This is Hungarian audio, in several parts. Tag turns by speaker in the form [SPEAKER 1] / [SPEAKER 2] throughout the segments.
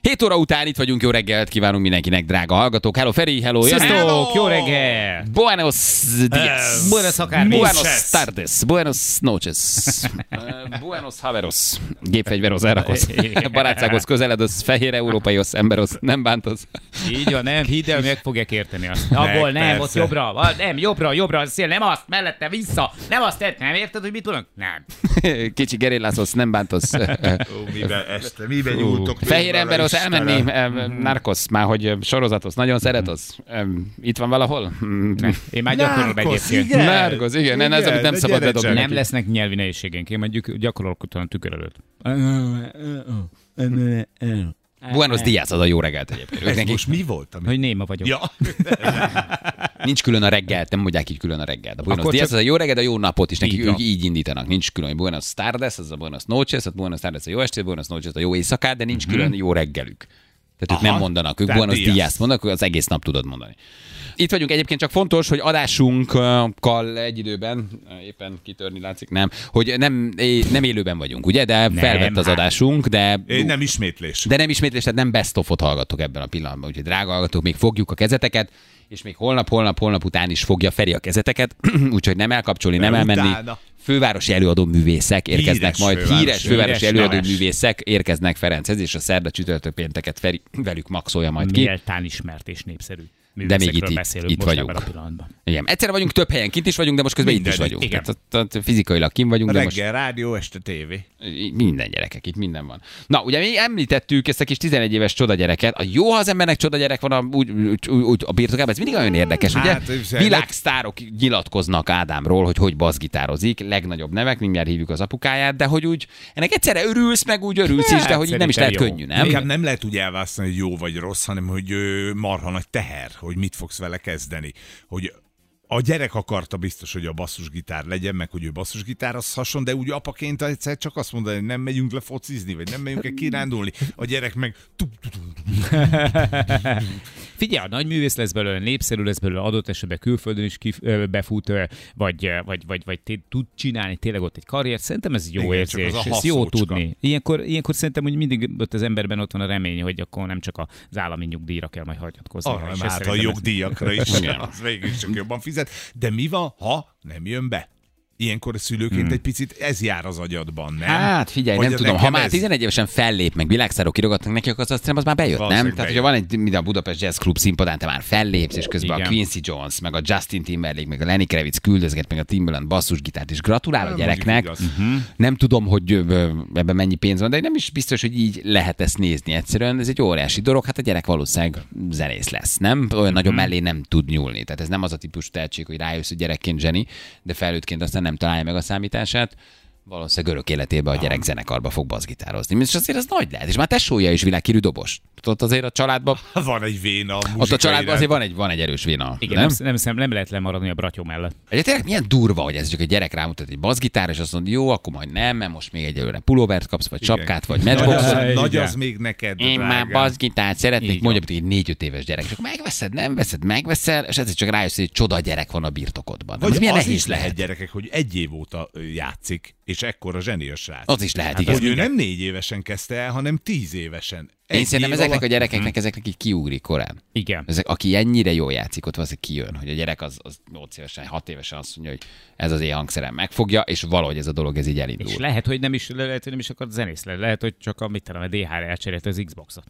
[SPEAKER 1] 7 óra után itt vagyunk, jó reggelt kívánunk mindenkinek, drága hallgatók. Hello Feri, hello Jani.
[SPEAKER 2] Sziasztok, jó reggel!
[SPEAKER 1] Buenos dias.
[SPEAKER 2] Buenos akármi.
[SPEAKER 1] Buenos tardes. Buenos noches. Eh, Buenos haveros. Gépfegyveroz, elrakosz. Barátsághoz közeledöz, fehér európaihoz, emberoz, nem bántoz.
[SPEAKER 2] Így van, nem, hidd el, meg fogják érteni azt. Abból nem,
[SPEAKER 3] persze.
[SPEAKER 2] ott jobbra, ah, nem, jobbra, jobbra, a szél, nem azt, mellette, vissza, nem azt tett, nem érted, hogy mit tudnak? Nem.
[SPEAKER 1] Kicsi gerillászhoz, nem bántoz.
[SPEAKER 3] Ó, miben este, miben nyúltok?
[SPEAKER 1] Fehér
[SPEAKER 3] még
[SPEAKER 1] ember ott
[SPEAKER 3] vele,
[SPEAKER 1] elmenni,
[SPEAKER 3] Istenem?
[SPEAKER 1] em, narkosz, már hogy em, sorozatos, nagyon szeret az. Em, Itt van valahol? Mm,
[SPEAKER 2] Én már gyakorolom
[SPEAKER 3] Narkosz,
[SPEAKER 2] egyébként.
[SPEAKER 3] igen.
[SPEAKER 1] Narkosz, igen, nem, ez,
[SPEAKER 3] Igen,
[SPEAKER 1] amit nem
[SPEAKER 3] de
[SPEAKER 1] szabad
[SPEAKER 3] gyere
[SPEAKER 1] bedobni.
[SPEAKER 3] csak.
[SPEAKER 2] Nem lesznek nyelvi nehézségeink, én majd gyakorolok utána a tükör előtt.
[SPEAKER 1] Buenos Diaz az a jó reggelt egyébként. Ők
[SPEAKER 3] Ez
[SPEAKER 1] nekik
[SPEAKER 3] most mi volt? Ami...
[SPEAKER 2] Hogy néma vagyok.
[SPEAKER 3] Ja,
[SPEAKER 1] nincs külön a reggelt, nem mondják így külön a reggelt. A Buenos
[SPEAKER 2] Akkor
[SPEAKER 1] Diaz
[SPEAKER 2] csak-
[SPEAKER 1] az a jó reggelt, a jó napot is, nekik
[SPEAKER 2] Így van.
[SPEAKER 1] ők így indítanak. Nincs külön, hogy Buenos Tardes, az a Buenos Noches, a Buenos Tardes a jó estét, Buenos Noches a jó éjszakát, de nincs külön jó reggelük. Tehát ők
[SPEAKER 3] Mhm. Aha.
[SPEAKER 1] nem mondanak, ők
[SPEAKER 3] Tehát
[SPEAKER 1] Buenos
[SPEAKER 3] Diaz.
[SPEAKER 1] Diaz mondanak, az egész nap tudod mondani. Itt vagyunk egyébként, csak fontos, hogy adásunkkal egy időben, éppen kitörni látszik, nem, hogy nem, é- nem élőben vagyunk, ugye, de felvett az
[SPEAKER 2] hát.
[SPEAKER 1] adásunk, de
[SPEAKER 3] én nem ismétlés.
[SPEAKER 1] de nem ismétlés, tehát nem best of hallgatok ebben a pillanatban. Úgyhogy drága hallgatók, még fogjuk a kezeteket, és még holnap, holnap, holnap után is fogja Feri a kezeteket, úgyhogy nem elkapcsolni, nem
[SPEAKER 3] De
[SPEAKER 1] elmenni.
[SPEAKER 3] utána.
[SPEAKER 1] Fővárosi előadó művészek érkeznek
[SPEAKER 3] Híres
[SPEAKER 1] majd,
[SPEAKER 3] fővárosi-
[SPEAKER 1] híres fővárosi
[SPEAKER 2] híres
[SPEAKER 1] előadó
[SPEAKER 2] neves.
[SPEAKER 1] művészek érkeznek Ferenchez, és a szerda csütörtök pénteket Feri velük maxolja majd ki.
[SPEAKER 2] Méltán ismert és népszerű. művészekről
[SPEAKER 1] itt- itt-
[SPEAKER 2] beszélünk
[SPEAKER 1] itt
[SPEAKER 2] most
[SPEAKER 1] vagyunk.
[SPEAKER 2] ebben a pillanatban.
[SPEAKER 1] Igen, egyszerre vagyunk, több helyen kint is vagyunk, de most közben itt is
[SPEAKER 3] Mindenütt,
[SPEAKER 1] vagyunk.
[SPEAKER 2] igen.
[SPEAKER 1] Tehát, tehát fizikailag kint vagyunk, de most
[SPEAKER 3] Reggel, rádió, este tévé.
[SPEAKER 1] Így Minden gyerekek, itt minden van. Na, ugye mi említettük ezt a kis 11 éves csodagyereket. A jó, ha az embernek csodagyerek van a, úgy, úgy, úgy, a birtokában, ez mindig olyan érdekes,
[SPEAKER 3] Hát,
[SPEAKER 1] ugye?
[SPEAKER 3] ez-
[SPEAKER 1] Világsztárok nyilatkoznak Ádámról, hogy hogy bazgitározik, legnagyobb nevek, mindjárt hívjuk az apukáját, de hogy úgy ennek egyszerre örülsz, meg úgy örülsz is, de hogy így nem is lehet
[SPEAKER 2] szerintem jó.
[SPEAKER 1] könnyű, nem?
[SPEAKER 3] Inkább nem lehet úgy elválasztani, hogy jó vagy rossz, hanem hogy ö, marha nagy teher, hogy mit fogsz vele kezdeni. Hogy a gyerek akarta biztos, hogy a basszusgitár legyen, meg hogy ő basszusgitározhasson, de úgy apaként egyszer csak azt mondani, hogy nem megyünk le focizni, vagy nem megyünk el kirándulni. A gyerek meg tup, tup, tup,
[SPEAKER 2] Figyelj, a nagy művész lesz belőle, népszerű lesz belőle, adott esetben külföldön is kif- ö, befut, ö, vagy, ö, vagy, vagy, vagy té- tud csinálni tényleg ott egy karriert. Szerintem ez jó
[SPEAKER 3] Igen,
[SPEAKER 2] Igen,
[SPEAKER 3] csak
[SPEAKER 2] érzés,
[SPEAKER 3] az a
[SPEAKER 2] ezt jó
[SPEAKER 3] haszócska.
[SPEAKER 2] tudni. Ilyenkor, ilyenkor szerintem úgy mindig ott az emberben ott van a remény, hogy akkor nem csak az állami nyugdíjra kell majd hagyatkozni.
[SPEAKER 3] arra
[SPEAKER 2] És
[SPEAKER 3] nem
[SPEAKER 2] ez
[SPEAKER 3] állt a
[SPEAKER 2] szerintem ez-
[SPEAKER 3] jogdíjakra is,
[SPEAKER 1] Igen. Hm.
[SPEAKER 3] az végül csak jobban fizet. De mi van, ha nem jön be? Ilyenkor a szülőként hmm. egy picit ez jár az agyadban, nem?
[SPEAKER 1] Hm. Hát figyelj,
[SPEAKER 3] Vagy
[SPEAKER 1] nem tudom, ha
[SPEAKER 3] nekem
[SPEAKER 1] már
[SPEAKER 3] ez-
[SPEAKER 1] 11 évesen fellép, meg világszárok irogatnak neki, akkor az azt hiszem, az már bejött, nem?
[SPEAKER 3] Valószínűleg
[SPEAKER 1] Tehát, hogyha van egy, mint a Budapest Jazz Club színpadán, te már fellépsz, és közben Igen.
[SPEAKER 2] Igen.
[SPEAKER 1] a Quincy Jones, meg a Justin Timberlake, meg a Lenny Kravitz küldözget, meg a Timbaland basszusgitárt, és gratulál a
[SPEAKER 3] Nem
[SPEAKER 1] gyereknek.
[SPEAKER 3] mondjuk igaz.
[SPEAKER 1] Uh-huh. Nem tudom, hogy ö, ö, ebben mennyi pénz van, de nem is biztos, hogy így lehet ezt nézni egyszerűen. Ez egy óriási dolog, hát a gyerek valószínűleg zenész lesz, nem? Olyan uh-huh. nagyon mellé nem tud nyúlni. Tehát ez nem az a típus tehetség, hogy rájössz, hogy gyerekként zseni, de felnőttként aztán nem találja meg a számítását. Valószínűleg örök életében a gyerek zenekarba fog bazgitározni. És azért ez nagy lehet. És már tesója is világhírű dobos. Tehát Ott azért a családban,
[SPEAKER 3] Van egy véna a
[SPEAKER 1] ott a
[SPEAKER 3] muzsika
[SPEAKER 1] családban
[SPEAKER 3] iránt.
[SPEAKER 1] azért van egy, van egy erős véna.
[SPEAKER 2] Igen, nem, nem, nem, nem lehet lemaradni a bratyó mellett.
[SPEAKER 1] Ugye tényleg milyen durva, hogy ez csak egy gyerek rámutat egy bazgitár, és azt mondja, jó, akkor majd nem, mert most még egyelőre pulóvert kapsz, vagy
[SPEAKER 3] Igen.
[SPEAKER 1] sapkát, vagy
[SPEAKER 3] Nagy az,
[SPEAKER 1] matchboxot.
[SPEAKER 3] nagy
[SPEAKER 2] Igen.
[SPEAKER 3] az még neked,
[SPEAKER 1] Én már
[SPEAKER 3] drágám.
[SPEAKER 1] bazgitárt szeretnék,
[SPEAKER 2] Így
[SPEAKER 1] mondja, hogy egy négy-öt éves gyerek. Csak megveszed, nem veszed, megveszel, és ezért csak rájössz, hogy egy csoda gyerek van a birtokodban.
[SPEAKER 3] Vagy
[SPEAKER 1] ez milyen
[SPEAKER 3] az
[SPEAKER 1] nehéz
[SPEAKER 3] is lehet, gyerekek, hogy egy év óta ö, játszik, és ekkora zseni a srác.
[SPEAKER 1] Az is lehet,
[SPEAKER 3] Hát hogy
[SPEAKER 1] igen.
[SPEAKER 3] ő nem négy évesen kezdte el, hanem tíz évesen.
[SPEAKER 1] Én
[SPEAKER 3] Egy Mhm.
[SPEAKER 1] szerintem
[SPEAKER 3] év
[SPEAKER 1] ezeknek a
[SPEAKER 3] alatt-
[SPEAKER 1] gyerekeknek, ezeknek így kiugrik korán.
[SPEAKER 2] Igen.
[SPEAKER 1] Ezek, aki ennyire jól játszik, ott valószínűleg kijön, hogy a gyerek az, az 8 évesen, 6 évesen azt mondja, hogy ez az én hangszerem megfogja, és valahogy ez a dolog ez így elindul.
[SPEAKER 2] És lehet, hogy nem is, lehet, hogy nem is akart zenész lenni. Lehet, hogy csak a, mit tudom, a DHR elcserélte az Xboxot.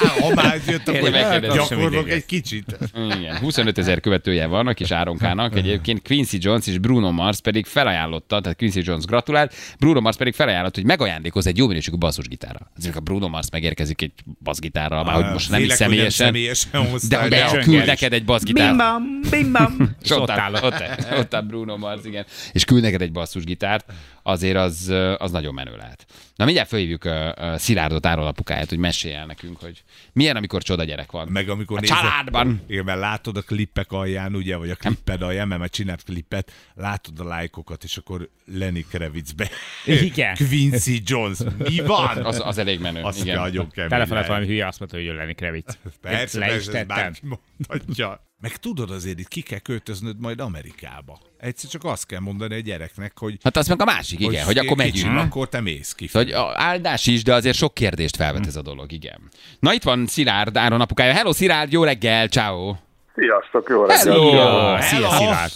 [SPEAKER 3] Á, Ha már jött, akkor hát
[SPEAKER 1] Tényleg megkérdeztem,
[SPEAKER 3] gyakorlok
[SPEAKER 2] mindegy.
[SPEAKER 3] egy kicsit.
[SPEAKER 1] Igen, 25 ezer követője van a kis Áronkának. Egyébként Quincy Jones és Bruno Mars pedig felajánlotta, tehát Quincy Jones gratulált, Bruno Mars pedig felajánlott, hogy megajándékoz egy jó minőségű basszusgitárra. Azért a Bruno Mars megérkezik egy basszgitárral, már hogy most nem is
[SPEAKER 3] Félek, hogy
[SPEAKER 1] személyesen,
[SPEAKER 3] személyesen
[SPEAKER 1] de
[SPEAKER 3] hoztál,
[SPEAKER 1] hogy
[SPEAKER 3] de-
[SPEAKER 2] Csöngetés.
[SPEAKER 1] küld neked egy basszgitárt.
[SPEAKER 2] Bim-bam, bim-bam.
[SPEAKER 1] És ott áll, ott, áll, ott áll Bruno Mars, igen. És küld neked egy basszusgitárt, azért az, ö, az nagyon menő lehet. Na mindjárt fölhívjuk ö, ö, Szilárdot, Áron apukáját, hogy mesélj el nekünk, hogy milyen, amikor csoda gyerek van.
[SPEAKER 3] Meg amikor
[SPEAKER 1] a
[SPEAKER 3] nézed-
[SPEAKER 1] családban.
[SPEAKER 3] Igen, mert látod a klippek alján, ugye, vagy a klipped alján, mert már csinált klippet, látod a lájkokat, és akkor Lenny Kravitzbe.
[SPEAKER 2] Igen.
[SPEAKER 3] Quincy Jones. Mi van?
[SPEAKER 1] Az, az elég menő.
[SPEAKER 3] az
[SPEAKER 1] igen.
[SPEAKER 3] nagyon kemény.
[SPEAKER 2] Telefonált
[SPEAKER 3] lehet.
[SPEAKER 2] valami hülye, azt mondta, hogy jön Lenny Kravitz.
[SPEAKER 3] Persze,
[SPEAKER 2] Le is
[SPEAKER 3] persze,
[SPEAKER 2] tettem.
[SPEAKER 3] ez bárki mondhatja. Meg tudod azért, itt ki kell költöznöd majd Amerikába. Egyszer csak azt kell mondani a gyereknek, hogy
[SPEAKER 1] Hát azt meg a másik, igen, hogy, hogy akkor
[SPEAKER 3] kicsim,
[SPEAKER 1] megyünk.
[SPEAKER 3] akkor te mész ki.
[SPEAKER 1] Hogy a- áldás is, de azért sok kérdést felvet ez a dolog, igen. Na itt van Szilárd, Áron apukája. Hello Szilárd, jó reggel, ciao.
[SPEAKER 4] Sziasztok, jó reggelt!
[SPEAKER 1] Szia, Szilárd.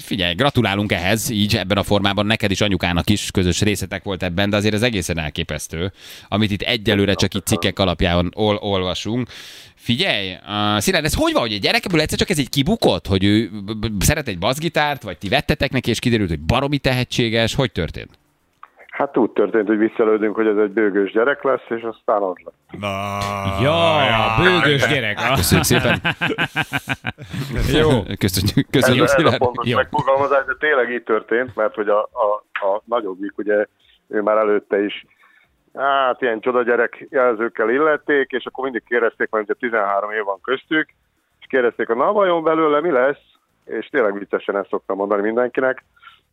[SPEAKER 1] Figyelj, gratulálunk ehhez, így ebben a formában neked is anyukának is közös részetek volt ebben, de azért ez egészen elképesztő, amit itt egyelőre csak itt cikkek alapján ol- olvasunk. Figyelj, uh, Szilárd, ez hogy van, hogy egy gyerekből egyszer csak ez így kibukott, hogy ő b- b- szeret egy bassgitárt, vagy ti vettetek neki, és kiderült, hogy baromi tehetséges, hogy történt?
[SPEAKER 4] Hát úgy történt, hogy visszalődünk, hogy ez egy bőgős gyerek lesz, és aztán az lett.
[SPEAKER 3] Na,
[SPEAKER 2] Jaj, a bőgös gyerek. Ah,
[SPEAKER 1] Köszönjük szépen.
[SPEAKER 2] Jó.
[SPEAKER 1] Köszönjük,
[SPEAKER 4] Ez,
[SPEAKER 1] köszönjük
[SPEAKER 4] ez a
[SPEAKER 1] Szilárd.
[SPEAKER 4] pontos
[SPEAKER 2] Jó.
[SPEAKER 4] megfogalmazás, de tényleg így történt, mert hogy a, a, a nagyobbik, ugye ő már előtte is hát ilyen csodagyerek jelzőkkel illették, és akkor mindig kérdezték, mert ugye 13 év van köztük, és kérdezték, hogy na vajon belőle mi lesz? És tényleg viccesen ezt szoktam mondani mindenkinek.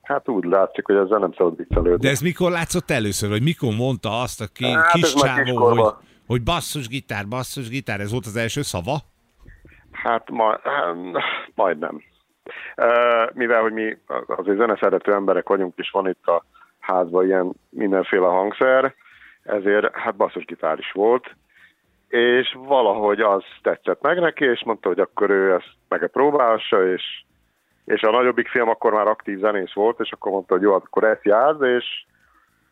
[SPEAKER 4] Hát úgy látszik, hogy ezzel nem szabad viccelődni.
[SPEAKER 3] De ez mikor látszott először, vagy mikor mondta azt a ki,
[SPEAKER 4] Hát
[SPEAKER 3] kis
[SPEAKER 4] ez már
[SPEAKER 3] csávó,
[SPEAKER 4] kiskorban.
[SPEAKER 3] hogy, hogy basszus gitár, basszus gitár, ez volt az első szava?
[SPEAKER 4] Hát ma, hát, majdnem. Ö, Mivel, hogy mi azért zeneszerető emberek vagyunk, és van itt a házban ilyen mindenféle hangszer, ezért hát basszusgitár is volt, és valahogy az tetszett meg neki, és mondta, hogy akkor ő ezt meg próbálsa, és, és a nagyobbik film akkor már aktív zenész volt, és akkor mondta, hogy jó, hát akkor ezt járd, és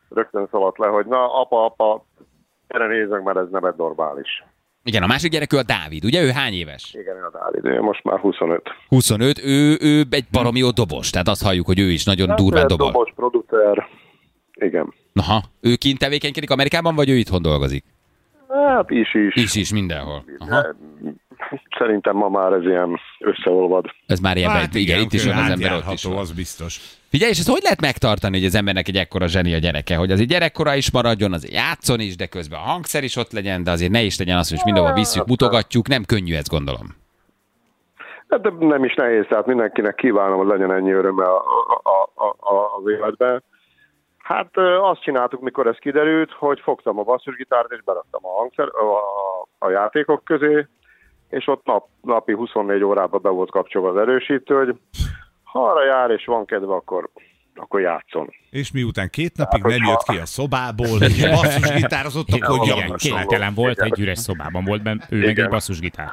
[SPEAKER 4] rögtön szaladt le, hogy na, apa, apa, erre nézzünk, mert ez nem egy normális.
[SPEAKER 1] Igen, a másik gyerek ő a Dávid, ugye? Ő hány éves?
[SPEAKER 4] Igen, a Dávid, ő most már 25.
[SPEAKER 1] 25, ő, ő egy baromi jó dobos, tehát azt halljuk, hogy ő is nagyon
[SPEAKER 4] Hát,
[SPEAKER 1] durván
[SPEAKER 4] eh,
[SPEAKER 1] dobol.
[SPEAKER 4] Dobos producer. Igen.
[SPEAKER 1] Naha, ő kint tevékenykedik Amerikában, vagy ő itthon dolgozik?
[SPEAKER 4] Hát is, is.
[SPEAKER 1] Is, is, mindenhol. Aha.
[SPEAKER 4] Szerintem ma már ez ilyen összeolvad.
[SPEAKER 1] Ez már ilyen, hát, igen, itt is
[SPEAKER 3] akkor
[SPEAKER 1] van az ember, ott is
[SPEAKER 3] átjárható,
[SPEAKER 1] van.
[SPEAKER 3] az biztos.
[SPEAKER 1] Figyelj, és ezt hogy lehet megtartani, hogy az embernek egy ekkora zseni a gyereke, hogy azért gyerekkora is maradjon, azért játszon is, de közben a hangszer is ott legyen, de azért ne is legyen az, hogy mindenhol visszük, mutogatjuk, nem könnyű ez, gondolom.
[SPEAKER 4] Hát de nem is nehéz, tehát mindenkinek kívánom, hogy legyen ennyi öröme a, a, a, a, az életben. Hát ö, azt csináltuk, mikor ez kiderült, hogy fogtam a basszusgitárt és beraktam a, hangszer, a, a- a játékok közé, és ott nap, napi 24 órában be volt kapcsolva az erősítő, hogy ha arra jár és van kedve, akkor, akkor játszon.
[SPEAKER 3] És miután
[SPEAKER 4] Hát,
[SPEAKER 3] két napig nem jött ki a szobából, ugye basszusgitározottak, hogy
[SPEAKER 2] Igen,
[SPEAKER 3] javaslom.
[SPEAKER 2] kénytelen volt, egy üres szobában volt benne, ő meg
[SPEAKER 4] Igen.
[SPEAKER 2] egy basszusgitár.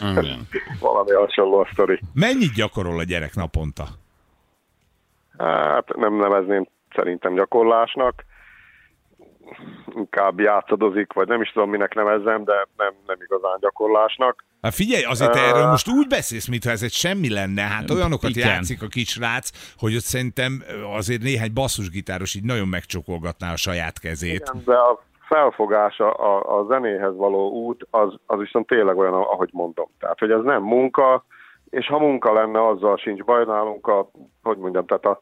[SPEAKER 4] Hát,
[SPEAKER 1] Igen.
[SPEAKER 4] Valami hasonló a sztori.
[SPEAKER 3] Mennyit gyakorol a gyerek naponta?
[SPEAKER 4] Hát nem nevezném szerintem gyakorlásnak. Inkább játszadozik, vagy nem is tudom, minek nevezzem, de nem, nem igazán gyakorlásnak.
[SPEAKER 3] Hát figyelj, azért te erről most úgy beszélsz, mintha ez egy semmi lenne. Hát olyanokat
[SPEAKER 2] Igen.
[SPEAKER 3] Igen. játszik a kisrác, hogy ott szerintem azért néhány basszusgitáros így nagyon megcsokolgatná a saját kezét.
[SPEAKER 4] Igen, de a felfogása a, a zenéhez való út, az, az viszont tényleg olyan, ahogy mondom. Tehát, hogy ez nem munka, és ha munka lenne, azzal sincs baj nálunk, a, hogy mondjam, tehát a,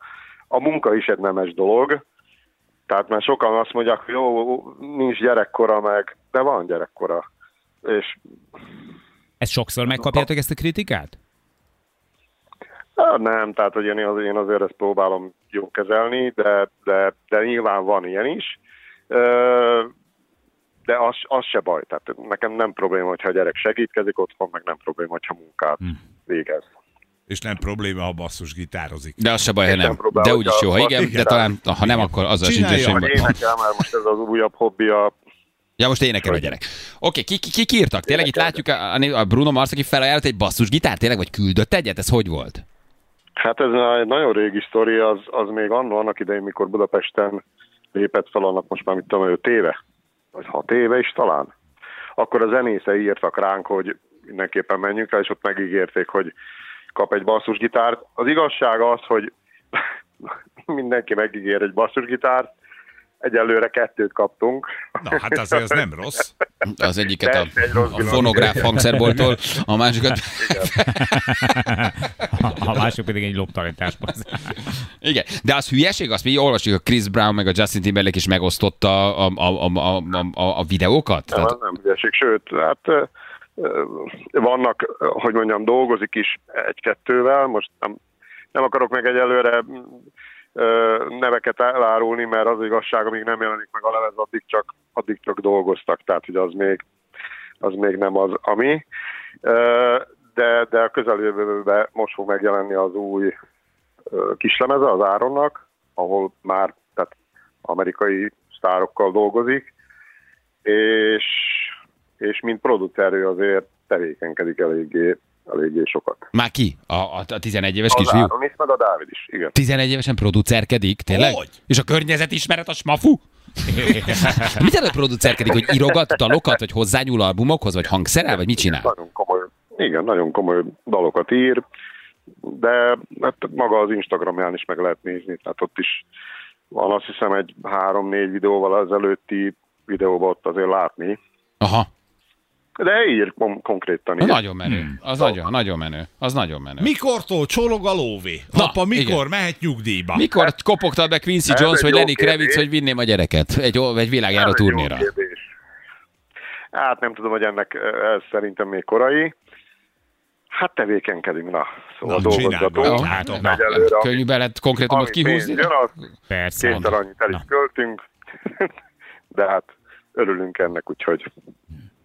[SPEAKER 4] a munka is egy nemes dolog, tehát már sokan azt mondják, hogy jó, nincs gyerekkora meg, de van gyerekkora. És
[SPEAKER 2] Ezt sokszor megkapjátok ezt a kritikát?
[SPEAKER 4] Hát nem, tehát hogy én, az- én azért ezt próbálom jó kezelni, de, de, de nyilván van ilyen is. Ö, De az, az se baj, tehát nekem nem probléma, hogyha a gyerek segítkezik otthon, meg nem probléma, hogyha munkát végez.
[SPEAKER 3] És nem probléma, ha basszusgitározik.
[SPEAKER 1] De az se baj, ha nem.
[SPEAKER 4] próbál,
[SPEAKER 1] De
[SPEAKER 4] hogy
[SPEAKER 1] úgyis jó, ha
[SPEAKER 4] a-
[SPEAKER 1] igen, de
[SPEAKER 4] igen.
[SPEAKER 1] talán, ha nem, akkor azzal sincs
[SPEAKER 3] Csinálja,
[SPEAKER 1] semmi
[SPEAKER 4] Vagy
[SPEAKER 1] baj.
[SPEAKER 4] énekel, mert most ez az újabb hobbi a
[SPEAKER 1] Ja, most énekel a gyerek. Oké, ki, ki, ki kiírtak? Tényleg itt látjuk a, a Bruno Mars, aki felajánlott egy basszusgitárt, tényleg, vagy küldött egyet? Ez hogy volt?
[SPEAKER 4] Hát ez na- egy nagyon régi sztori, az, az még annó, annak idején, mikor Budapesten lépett fel, annak most már mit tudom, 5 éve, vagy 6 éve is talán. Akkor a zenészei írtak ránk, hogy mindenképpen menjünk el, és ott megígérték, hogy kap egy basszusgitárt. Az igazság az, hogy mindenki megígér egy basszusgitárt, egyelőre kettőt kaptunk.
[SPEAKER 3] Na, hát azért az nem rossz.
[SPEAKER 1] Az egyiket a,
[SPEAKER 4] Persze, egy rossz
[SPEAKER 1] a
[SPEAKER 4] világ.
[SPEAKER 1] fonográf hangszerboltól, a másikat...
[SPEAKER 2] A mások pedig egy loptalentásban.
[SPEAKER 1] Igen, de az hülyeség, azt mi olvasjuk, a Chris Brown meg a Justin Timberlake is megosztotta a, a, a, a, a, a videókat?
[SPEAKER 4] Nem,
[SPEAKER 1] Tehát,
[SPEAKER 4] Hát az nem hülyeség, sőt, hát ö, ö, vannak, ö, hogy mondjam, dolgozik is egy-kettővel, most nem, nem akarok meg egyelőre mm, ö, neveket elárulni, mert az igazság, amíg nem jelenik meg a lemez, addig csak, addig csak dolgoztak, tehát hogy az még, az még nem az, ami. Ö, de, de a közeljövőben most fog megjelenni az új ö, kislemeze az Áronnak, ahol már tehát amerikai sztárokkal dolgozik, és, és mint producerő azért tevékenykedik eléggé, eléggé sokat.
[SPEAKER 1] Már ki? A, a, a 11 éves
[SPEAKER 4] Az
[SPEAKER 1] kisfiú?
[SPEAKER 4] Áron is, meg a Dávid is, igen.
[SPEAKER 1] 11 évesen producerkedik, tényleg?
[SPEAKER 3] Hogy?
[SPEAKER 1] És a környezet ismeret a smafu? mit előtt producerkedik, hogy írogat dalokat, vagy hozzányúl albumokhoz, vagy hangszerel, vagy mit csinál?
[SPEAKER 4] Nagyon komoly, igen, nagyon komoly dalokat ír, de hát maga az Instagramján is meg lehet nézni, tehát ott is van azt hiszem egy három-négy videóval ezelőtti videóban ott azért látni,
[SPEAKER 1] Aha,
[SPEAKER 4] de ír kom- konkrétan.
[SPEAKER 1] az
[SPEAKER 4] Ír.
[SPEAKER 1] nagyon
[SPEAKER 4] Hmm.
[SPEAKER 1] menő. Az nagyon, nagyon menő. Az nagyon menő.
[SPEAKER 3] Mikortól csolog a lóvé?
[SPEAKER 1] Na,
[SPEAKER 3] Apa, mikor
[SPEAKER 1] igen.
[SPEAKER 3] mehet nyugdíjba?
[SPEAKER 1] Mikor kopogtad be Quincy
[SPEAKER 4] Ez
[SPEAKER 1] Jones,
[SPEAKER 4] egy
[SPEAKER 1] vagy
[SPEAKER 4] jó
[SPEAKER 1] Lenny Kravitz,
[SPEAKER 4] kérdés.
[SPEAKER 1] hogy vinném a gyereket egy, o- egy
[SPEAKER 4] Ez
[SPEAKER 1] világjáró
[SPEAKER 4] egy jó
[SPEAKER 1] turnéra?
[SPEAKER 4] kérdés. Hát nem tudom, hogy ennek eh, ez szerintem még korai. Hát tevékenykedünk, na. Szóval
[SPEAKER 3] Na,
[SPEAKER 4] dolgozgatunk.
[SPEAKER 3] csináljuk.
[SPEAKER 1] Jó,
[SPEAKER 3] Hát,
[SPEAKER 1] hát,
[SPEAKER 3] megy
[SPEAKER 1] na,
[SPEAKER 4] előre,
[SPEAKER 1] Könnyű belet konkrétumot
[SPEAKER 4] Ami
[SPEAKER 1] kihúzni?
[SPEAKER 4] pénz jön, az
[SPEAKER 2] Persze.
[SPEAKER 4] kétszer annyit el is költünk, de hát örülünk ennek, úgyhogy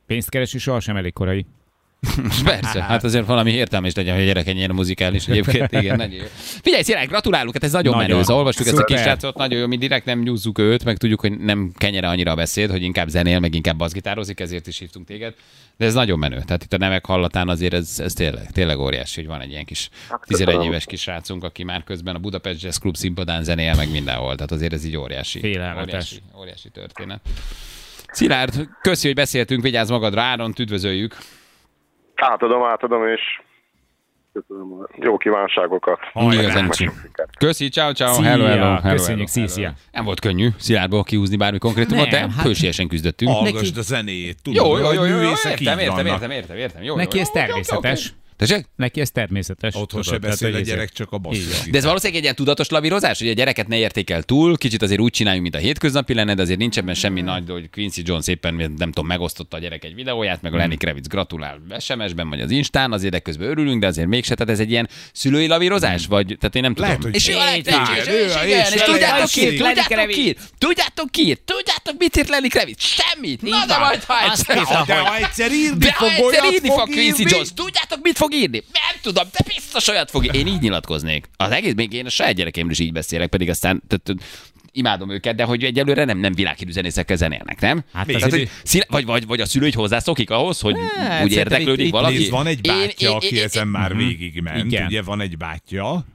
[SPEAKER 2] Pénzt keresi sohasem elég korai.
[SPEAKER 1] Persze, hát azért valami értelme is legyen, hogy a gyerek ennyire muzikális egyébként. Igen, nagyon jó. Figyelj, Szilárd, gratulálunk, hát ez nagyon,
[SPEAKER 2] Nagyon.
[SPEAKER 1] nagyon. menő. Szóval olvastuk ezt a
[SPEAKER 2] Szuper.
[SPEAKER 1] kis srácot, nagyon jó, mi direkt nem nyúzzuk őt, meg tudjuk, hogy nem kenyere annyira a beszéd, hogy inkább zenél, meg inkább bassgitározik, ezért is hívtunk téged. De ez nagyon menő. Tehát itt a nevek hallatán azért ez, ez tényleg, tényleg óriási, hogy van egy ilyen kis 11 éves kis srácunk, aki már közben a Budapest Jazz Club színpadán zenél, meg mindenhol. Tehát azért ez így óriási.
[SPEAKER 2] Félelmetes.
[SPEAKER 1] Óriási, óriási történet. Szilárd, köszi, hogy beszéltünk, vigyázz magadra, Áron, üdvözöljük.
[SPEAKER 4] átadom, átadom, és köszönöm a jó kívánságokat.
[SPEAKER 1] Hajrá, Zenci. Köszi, ciao, ciao,
[SPEAKER 2] Szia,
[SPEAKER 1] hello, hello, hello.
[SPEAKER 2] köszönjük,
[SPEAKER 1] hello,
[SPEAKER 2] szia,
[SPEAKER 1] hello. Nem volt könnyű Szilárdból kihúzni bármi konkrétumot, de
[SPEAKER 2] Nem, hát-
[SPEAKER 1] hősiesen küzdöttünk.
[SPEAKER 3] Hallgasd a zenéjét, tudod,
[SPEAKER 1] Jó, jó, jó,
[SPEAKER 3] hogy
[SPEAKER 1] jó, jó,
[SPEAKER 3] művészek
[SPEAKER 1] értem,
[SPEAKER 3] így
[SPEAKER 1] értem,
[SPEAKER 3] vannak.
[SPEAKER 1] értem, értem, értem, jó,
[SPEAKER 2] Neki
[SPEAKER 1] jó,
[SPEAKER 2] ez
[SPEAKER 1] jó, oké, oké,
[SPEAKER 2] természetes.
[SPEAKER 1] oké. Tessék?
[SPEAKER 2] Neki ez természetes.
[SPEAKER 3] Otthon se
[SPEAKER 2] tudod, tehát,
[SPEAKER 3] beszél a
[SPEAKER 2] hogy ez-
[SPEAKER 3] gyerek, csak a basszus.
[SPEAKER 1] De ez valószínűleg egy ilyen tudatos lavírozás, hogy a gyereket ne értékel túl, kicsit azért úgy csináljuk, mint a hétköznapi lenne, de azért nincs ebben semmi nagy, hogy Quincy Jones éppen, nem tudom, megosztotta a gyerek egy videóját, meg a Lenny Kravitz gratulál SMS-ben, vagy az Instán, azért de közben örülünk, de azért mégse, tehát ez egy ilyen szülői lavírozás, vagy, tehát én nem tudom.
[SPEAKER 3] Lehet, hogy
[SPEAKER 1] és jó,
[SPEAKER 3] így
[SPEAKER 1] lehet,
[SPEAKER 3] van.
[SPEAKER 1] és- és-
[SPEAKER 3] Ő,
[SPEAKER 1] és-
[SPEAKER 3] és-
[SPEAKER 1] igen, és
[SPEAKER 3] és-
[SPEAKER 1] tudjátok
[SPEAKER 3] és-
[SPEAKER 1] ki,
[SPEAKER 3] és-
[SPEAKER 1] tudjátok
[SPEAKER 2] Lenny
[SPEAKER 1] ki, tudjátok ki, tudjátok mit írt Lenny Kravitz? Semmit! Na de
[SPEAKER 2] van.
[SPEAKER 1] majd ha
[SPEAKER 2] Azt
[SPEAKER 1] egyszer-
[SPEAKER 2] hiszem,
[SPEAKER 3] De ha egyszer írni
[SPEAKER 1] de
[SPEAKER 3] fog,
[SPEAKER 1] ha egyszer
[SPEAKER 3] olyat
[SPEAKER 1] írni
[SPEAKER 3] fog
[SPEAKER 1] fog Quincy
[SPEAKER 3] írni?
[SPEAKER 1] Jones, tudjátok, mit fog írni? Nem tudom, de biztos olyat fog írni. Én így nyilatkoznék. Az egész, még én a saját gyerekemről is így beszélek, pedig aztán tehát, tehát, imádom őket, de hogy egyelőre nem, nem világhírű zenészekkel zenélnek, nem?
[SPEAKER 2] Hát
[SPEAKER 1] Tehát, hogy
[SPEAKER 2] azért-
[SPEAKER 1] szíle, vagy, vagy, vagy a szülő így hozzászokik ahhoz, hogy
[SPEAKER 2] Hát,
[SPEAKER 1] úgy
[SPEAKER 2] szerintem itt-
[SPEAKER 1] érdeklődik
[SPEAKER 2] itt
[SPEAKER 1] valaki.
[SPEAKER 3] Nézd, van egy
[SPEAKER 1] Én-
[SPEAKER 3] bátyja,
[SPEAKER 1] én-
[SPEAKER 3] aki
[SPEAKER 1] én- Mhm.
[SPEAKER 3] ezen már végigment.
[SPEAKER 2] Igen.
[SPEAKER 3] Ugye van egy bátya,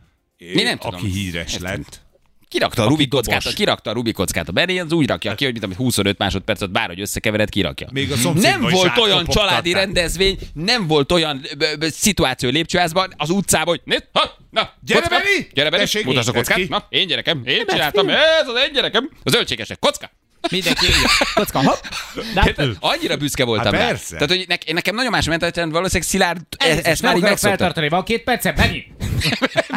[SPEAKER 1] nem tudom.
[SPEAKER 3] aki híres lett.
[SPEAKER 1] Kirakta a Rubik
[SPEAKER 2] dobos.
[SPEAKER 1] kockát, kirakta a Rubik kockát a Benny, az úgy rakja ki, hogy mit tudom, 25 másodpercet bárhogy összekevered, kirakja.
[SPEAKER 3] Még a szomszédba
[SPEAKER 1] nem
[SPEAKER 3] is
[SPEAKER 1] volt olyan
[SPEAKER 3] átkopogtatták.
[SPEAKER 1] családi rendezvény, nem volt olyan ö, ö, szituáció lépcsőházban, az utcában, hogy nézd, ha, na,
[SPEAKER 3] Gyere,
[SPEAKER 1] kocka,
[SPEAKER 3] Benny!
[SPEAKER 1] gyere Benny,
[SPEAKER 3] Tessék,
[SPEAKER 1] mutasd a
[SPEAKER 3] nézd
[SPEAKER 1] kockát,
[SPEAKER 3] ki!
[SPEAKER 1] na, én gyerekem, én csináltam, ez az én gyerekem, az zöldségesek, kocka.
[SPEAKER 2] Mindenki így. Kocka, hopp.
[SPEAKER 1] Érted? Annyira büszke voltam
[SPEAKER 3] Hát
[SPEAKER 1] rá.
[SPEAKER 3] persze.
[SPEAKER 1] Tehát, hogy nek- nekem nagyon más mentetem, valószínűleg Szilárd e- ezt már így megszokta.
[SPEAKER 2] feltartani. Van két percem, megint.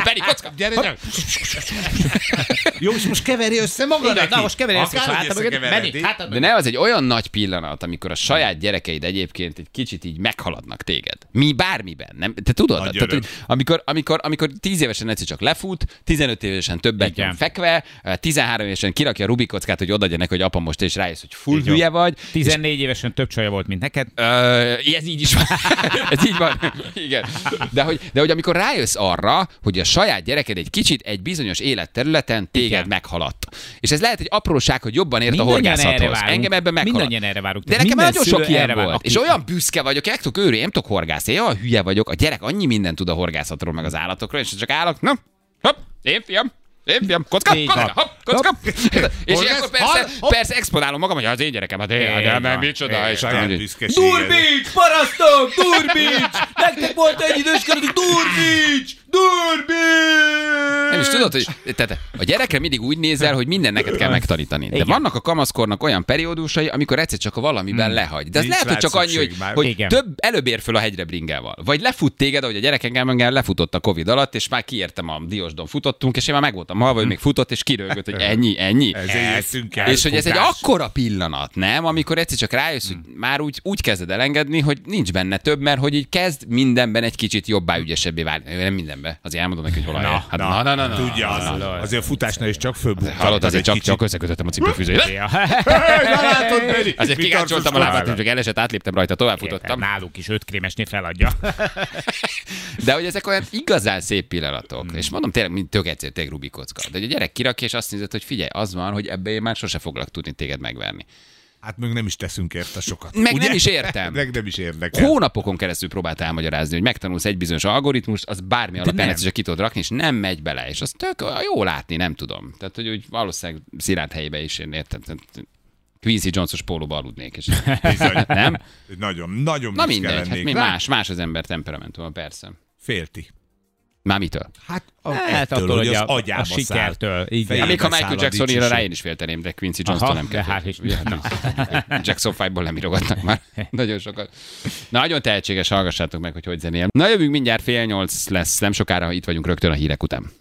[SPEAKER 1] Benny, kocka.
[SPEAKER 3] Gyere, gyere! Jó, és most keveri össze magad
[SPEAKER 2] Igen,
[SPEAKER 3] neki.
[SPEAKER 2] na most keverj ezt, és
[SPEAKER 3] Akárhogy
[SPEAKER 2] láttam őket.
[SPEAKER 3] összekeverheti.
[SPEAKER 2] Menni, hátad
[SPEAKER 1] De
[SPEAKER 2] meg.
[SPEAKER 1] ne, az egy olyan nagy pillanat, amikor a saját gyerekeid egyébként egy kicsit így meghaladnak téged. Mi bármiben, nem? Te tudod?
[SPEAKER 3] Nagy
[SPEAKER 1] Tehát,
[SPEAKER 3] öröm.
[SPEAKER 1] hogy amikor, amikor, amikor 10 évesen egyszer csak lefut, 15 évesen többet
[SPEAKER 2] Igen.
[SPEAKER 1] nyom fekve, 13 évesen kirakja a Rubik kockát, hogy odaadja neki, hogy apa most, és rájössz, hogy full hülye vagy.
[SPEAKER 2] 14 évesen több csaja volt, mint neked.
[SPEAKER 1] Ö, ez így is van. ez így van. Igen. De hogy, de hogy amikor rájössz arra, hogy a saját gyereked egy kicsit egy bizonyos életterületen téged
[SPEAKER 2] Igen.
[SPEAKER 1] Igen. meghaladt. És ez lehet egy apróság, hogy jobban ért a
[SPEAKER 2] Mindannyian erre
[SPEAKER 1] horgászathoz.
[SPEAKER 2] várunk.
[SPEAKER 1] Engem ebben meghaladt.
[SPEAKER 2] Mindannyian erre várunk.
[SPEAKER 1] De
[SPEAKER 2] Tehát
[SPEAKER 1] nekem
[SPEAKER 2] minden
[SPEAKER 1] nagyon sok
[SPEAKER 2] szülő
[SPEAKER 1] ilyen
[SPEAKER 2] erre vár,
[SPEAKER 1] volt.
[SPEAKER 2] aki-
[SPEAKER 1] És olyan büszke vagyok, el tudok őrülni, nem tudok horgászni. Én olyan hülye vagyok, a gyerek annyi mindent tud a horgászatról, meg az állatokról, és csak állok, na, hopp, én fiam, én fiam, kocka,
[SPEAKER 2] Így
[SPEAKER 1] kocka,
[SPEAKER 2] van.
[SPEAKER 1] hopp, kocka. És
[SPEAKER 3] Horgász,
[SPEAKER 1] ilyenkor
[SPEAKER 3] hal,
[SPEAKER 1] persze,
[SPEAKER 3] hopp.
[SPEAKER 1] persze exponálom magam, hogy az én gyerekem, hát én,
[SPEAKER 2] Így
[SPEAKER 1] de
[SPEAKER 2] van.
[SPEAKER 1] nem, micsoda,
[SPEAKER 2] Így
[SPEAKER 1] és
[SPEAKER 3] Saját
[SPEAKER 1] akkor így-
[SPEAKER 3] büszkeséged.
[SPEAKER 2] Parasztok, Durbics! Nektek volt egy időskörötök, Durbics! Durbics!
[SPEAKER 1] Nem is tudod, hogy tehát a gyerekre mindig úgy nézel, hogy minden neked kell megtanítani. De
[SPEAKER 2] Igen.
[SPEAKER 1] vannak a kamaszkornak olyan periódusai, amikor egyszer csak valamiben lehagy. De az
[SPEAKER 3] Hmm. Nincs
[SPEAKER 1] lehet, hogy
[SPEAKER 3] rá
[SPEAKER 1] csak annyi,
[SPEAKER 3] szükség
[SPEAKER 1] hogy,
[SPEAKER 3] már.
[SPEAKER 1] hogy
[SPEAKER 2] Igen.
[SPEAKER 1] több előbb ér föl a hegyre bringával. Vagy lefut téged, ahogy a gyerek engem, engem lefutott a Covid alatt, és már kiértem a Diosdon, futottunk, és én már meg voltam halva, hogy még futott, és kirögött, hogy ennyi, ennyi.
[SPEAKER 3] Ezért jöttünk el.
[SPEAKER 1] És hogy ez egy
[SPEAKER 3] Fogás.
[SPEAKER 1] akkora pillanat, nem? Amikor egyszer csak rájössz, hogy
[SPEAKER 3] Hmm.
[SPEAKER 1] már úgy, úgy kezded elengedni, hogy nincs benne több, mert hogy így kezd mindenben egy kicsit jobbá, ügyesebbé válni. Jó, Nem mindenben, azért elmondom neki, hogy hol a
[SPEAKER 3] Na,
[SPEAKER 1] hely. hát,
[SPEAKER 3] na,
[SPEAKER 1] na, na, na,
[SPEAKER 3] hát tudja, az, azért a futásnál is csak fölbuktam.
[SPEAKER 1] Hallod, azért csak, csak összekötöttem a cipőfűzőt.
[SPEAKER 3] Látod, Beri?
[SPEAKER 1] Azért
[SPEAKER 3] Mi
[SPEAKER 1] kikácsoltam a
[SPEAKER 3] tartozkodsz?
[SPEAKER 1] lábát, csak elesett, átléptem rajta, tovább
[SPEAKER 2] Futottam.
[SPEAKER 1] futottam.
[SPEAKER 2] Náluk is öt krémesnél feladja.
[SPEAKER 1] De hogy ezek olyan igazán szép
[SPEAKER 3] Hmm.
[SPEAKER 1] pillanatok. És mondom tényleg, mint tök egyszerű, tényleg Rubik kocka. De hogy a gyerek kirakja, és azt nézed, hogy figyelj, az van, hogy ebbe én már sose foglak tudni téged megverni.
[SPEAKER 3] Hát még nem is teszünk érte sokat.
[SPEAKER 1] Meg nem is értem.
[SPEAKER 3] Meg nem is érdekel.
[SPEAKER 1] Hónapokon keresztül próbált elmagyarázni, hogy megtanulsz egy bizonyos algoritmust, az bármi alapján
[SPEAKER 2] nem.
[SPEAKER 1] egyszer csak ki tudod rakni, és nem megy bele. És az tök jó látni, nem tudom. Tehát, hogy úgy valószínűleg Szilárd helyébe is én értem. Tehát, Quincy Jones-os pólóba aludnék. És...
[SPEAKER 3] Bizony.
[SPEAKER 1] Nem?
[SPEAKER 3] Nagyon, nagyon
[SPEAKER 1] Na
[SPEAKER 3] büszke
[SPEAKER 1] mindegy, hát
[SPEAKER 3] lennék.
[SPEAKER 1] mi
[SPEAKER 3] Lát,
[SPEAKER 1] más, más az ember temperamentuma, persze.
[SPEAKER 3] Félti.
[SPEAKER 1] Már mitől?
[SPEAKER 3] Hát, a,
[SPEAKER 2] Hát
[SPEAKER 3] ettől,
[SPEAKER 2] attól, hogy
[SPEAKER 3] az
[SPEAKER 2] a- a
[SPEAKER 3] agyába száll.
[SPEAKER 2] sikertől, igen.
[SPEAKER 3] Fejébe
[SPEAKER 2] Hát
[SPEAKER 1] Még ha
[SPEAKER 3] száll
[SPEAKER 1] Michael
[SPEAKER 3] a
[SPEAKER 1] Jackson írja rá,
[SPEAKER 3] dicsőség.
[SPEAKER 1] én is félteném, de Quincy Jones-tól
[SPEAKER 2] Aha,
[SPEAKER 1] nem kell.
[SPEAKER 2] de hát is-
[SPEAKER 1] félteni. Jackson 5-ból nem írogatnak már. Nagyon sokat. Na, nagyon tehetséges, hallgassátok meg, hogy hogy zenél. Na, jövünk mindjárt fél nyolc lesz, nem sokára itt vagyunk rögtön a hírek után.